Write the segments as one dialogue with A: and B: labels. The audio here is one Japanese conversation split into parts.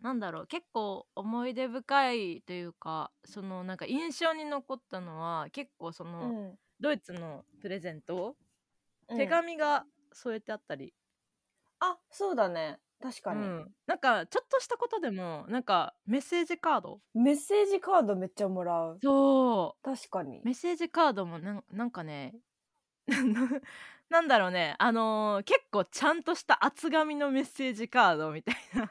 A: なんだろう結構思い出深いというかそのなんか印象に残ったのは結構そうの
B: ん。
A: ドイツのプレゼント
B: う
A: 手
B: ん。
A: 紙が添えてあったり、
B: あ、そうだね。確か
A: う
B: に。
A: ん、なんかちょっとしたことでもなんかメッセージカード
B: メッセージカードめっちゃもらう。
A: そ
B: 確か
A: う
B: に。
A: メッセージカードもなんなんかね なんだろうねあのー結構ちゃんとした厚紙のメッセージカードみたいな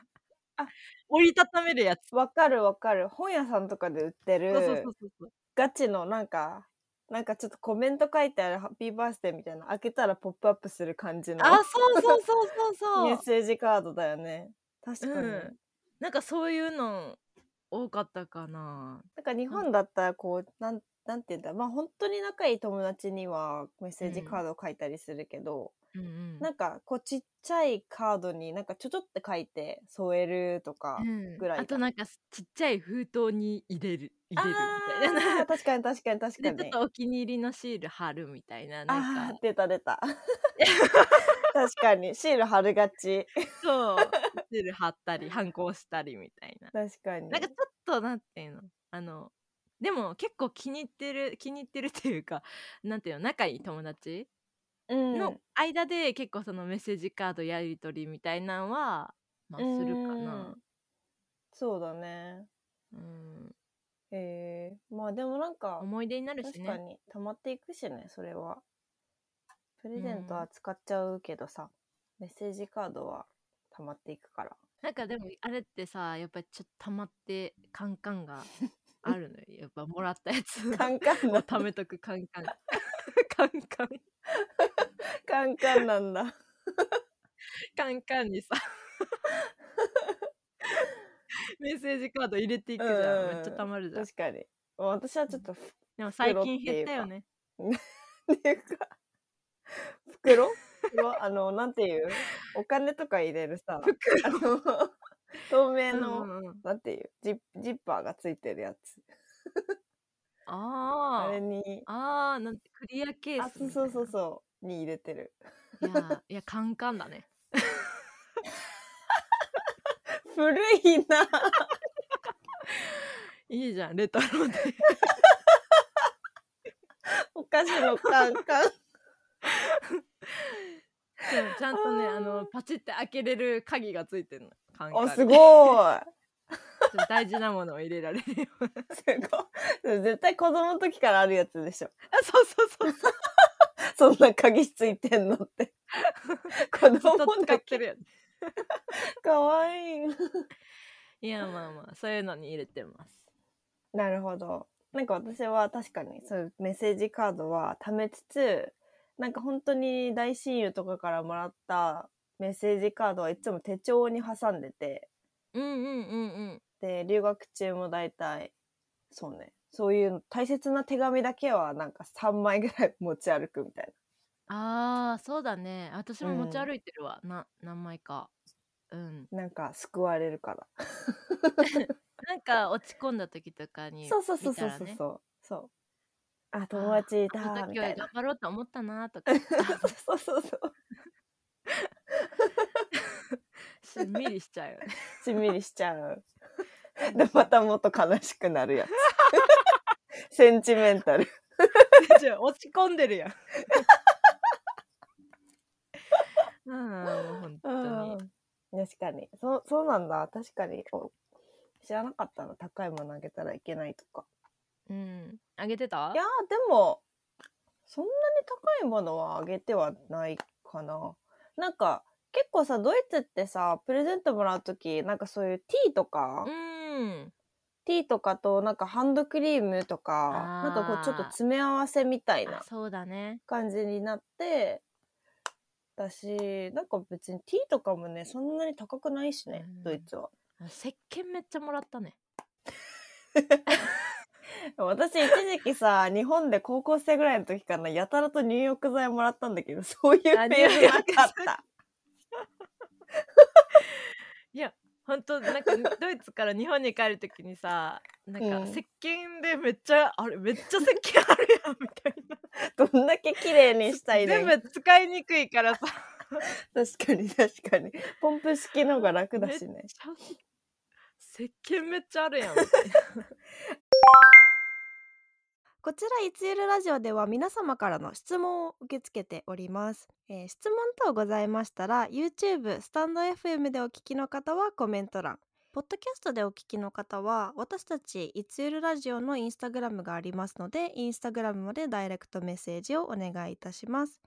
B: あ、
A: 折りたためるやつ
B: わかるわかる。本屋さんとかで売って
A: そうそうそ
B: る
A: うそうそう
B: ガチのなんか、なんかちょっとコメント書いてあるハッピーバースデーみたいな、開けたらポップアップする感じの
A: あそうそうそうそうそ
B: メ ッ
A: う
B: セージカードだよね。確か
A: う
B: に。
A: んなんかそういうの多かったかな
B: なんか日
A: なん
B: 本だったらこう、なん、なんて言うんだ、まあ本当に仲いい友達にはメッ
A: う
B: セージカ
A: ん
B: ードを書いたりするけど、
A: うんう
B: なんんかこうちっちゃいカードになんかちょちょって書いて添えると
A: う
B: か
A: ん、
B: ぐら
A: あ
B: い
A: と
B: だ。
A: なんかすちっちゃい封筒に入れる入れるみたい
B: あ
A: な
B: ー、確かに確かに確か
A: でちょっ
B: に。
A: とお気に入りのシール貼るみたいななんか
B: あー、出た出 た。確かに。シール貼るがち。
A: そうシール貼ったり反抗したりみたいな
B: 確
A: な
B: か
A: んか
B: に。
A: ちょっとなんていうのあのでも結構気に入ってる気に入ってるっていうかなんていうの仲いい友達
B: う
A: の
B: ん。
A: 間で結構そのメッセージカードやり取りみたいなのはま
B: う
A: あするか
B: ー。
A: なん
B: そうだね。
A: うん
B: えー、まあでもなんか、
A: 思い出になるし
B: 確か
A: ね
B: に溜まっていくしね、それは。プレ
A: う
B: ゼントは
A: ん
B: 使っちゃうけどさ、メッセージカードは溜まっていくから。
A: なんかでもあれってさやっぱりちょっと溜まってカンカン があるのよやっぱもらったやつ
B: カ
A: は
B: ンカ ン
A: を
B: なん
A: 貯
B: だ。
A: めとくカン カンカンカン
B: カンカンなんだ。
A: カンカンにさメッセージカード入れていうくじゃんめっちゃ
B: んうんう
A: 溜
B: ん。
A: まるじゃん、
B: 確かに。まあ私は
A: う
B: ちょっ
A: ん
B: とふ
A: でも最
B: 袋っ
A: 近減って
B: いう
A: たよ
B: か、
A: ね
B: っていうか、袋は、あの、なんていうお金とか入れるさ、あ
A: 袋
B: の、透明
A: うん
B: の、
A: うんうん
B: なんていうジッ、ジッパーがついてるやつ。あれ
A: あ
B: に、
A: ああーなんてクリアケー
B: あ、
A: ス
B: そう
A: みた
B: そう
A: い
B: そう
A: な
B: そう、に入れてる。
A: いやいやカンカンだね
B: 古いな。
A: いいじゃんレトロで
B: お菓子のカンカン。あ
A: でもちゃんとねあのパチって開けれる鍵がついてるのカン
B: ー
A: カ
B: あ、
A: ン
B: す
A: に
B: ご
A: ち
B: い。
A: ょっと大事なものを入れられるような
B: すごい。絶対子供の時からあるやつでしょ。
A: あ そうそうそうそう
B: そんな鍵ついてんのって。 子
A: ずっ
B: 供
A: と使
B: だ
A: って
B: け。
A: るやつ
B: かわいい。
A: いやまあまあそういうのに入れてます
B: なるほど。なんか私は確かにそういうメッセージカードは貯めつつ、なんか本当に大親友とかからもらったメッセージカードはいつも手帳に挟んでて、
A: うんうんうんうん
B: で、留学中も大体、そうね、そういう大切な手紙だけはなんか3枚ぐらい持ち歩くみたい
A: あーそうだね私
B: な。
A: も
B: う
A: 持ち
B: ん。
A: 歩いてるわな何枚かうん
B: なんか救われるから。
A: なんか落ち込んだ時とかに
B: そうそうそ
A: 見
B: う
A: た
B: そう
A: ら
B: そう
A: ね
B: そう。そう。あ、友
A: あ
B: 達い
A: ーあの
B: た、み
A: 時は
B: たいな。
A: 頑張ろうと思ったな とかあ
B: そうそうそう。
A: しんみりしちゃうよね
B: しんみりしち ゃう。
A: う
B: で、ま
A: ん
B: たもっと悲しくなるや つ。センチメンタル。
A: じゃ あ落ち込んでるやんうんもう本
B: う
A: 当に
B: ん。確かに。そう、そうなんだ。確かに。お知らなかったな。高いものあげたらいけないとか。
A: うんあげて
B: いや
A: た
B: ー、でも、そんなに高いものはあげてはないかな。なんか、結構さ、ドイツってさ、プレゼントもらうとき、なんかそういうティーと
A: う
B: か、
A: ん
B: ティーとかとなんかハンドクリームとか、なんかこうちょっと
A: あ
B: 詰め合わせみたい
A: ーあ
B: な
A: そうだね
B: 感じになって、だし、なんか別にティーとかもね、そんなに高くないし
A: う
B: ね、ドイ
A: ん
B: ツは。
A: あ石鹸めっちゃもらったね
B: 私一時期さ、日本で高校生ぐらいの時かな、やたらと入浴剤もらったんだけど、 そういう
A: あ
B: フ
A: 入
B: ェーズな
A: 浴
B: かっ
A: 剤
B: た。
A: いや本当なん かドイツから日本に帰るときにさなん
B: う
A: か
B: ん。
A: 石鹸でめっちゃあれめっちゃ石鹸あるやんみたい な
B: どんだけ綺麗に
A: す
B: したいね
A: 全
B: ん。
A: 部使いにくい からさ
B: 確かに確かに。ポンプ式の方が楽だ
A: めっ
B: しね。
A: ちゃ石鹸めっちゃあるやん
B: こちらいつゆるラジオでは皆様からの質問を受け付けております、えー質問等ございましたら YouTube スタンド FM でお聞きの方はコメント欄ポッドキャストでお聞きの方は私たちいつゆるラジオのインスタグラムがありますのでインスタグラムまでダイレクトメッセージをお願いいたします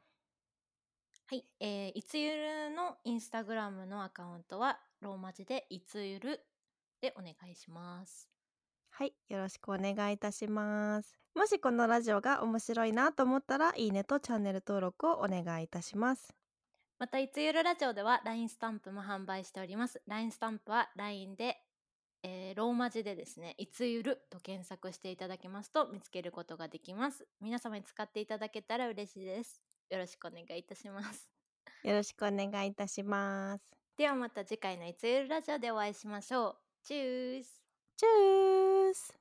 C: はい、えー、いつゆるのインスタグラムのアカウントはローマ字でいつゆるでお願いします。
B: はいよろしくお願いいたしますもしこのラジオが面白いなと思ったらいいねとチャンネル登録をお願いいたします
C: また、いつゆるラジオでは LINE スタンプも販売しております。LINE スタンプは LINE で、えーローマ字でですね、いつゆると検索していただけますと見つけることができます。皆様に使っていただけたら嬉しいです。よろしくお願いいたします。
B: よろしくお願いいたします
C: ではまた次回のいつゆるラジオでお会いしましょう。チュース
B: チュース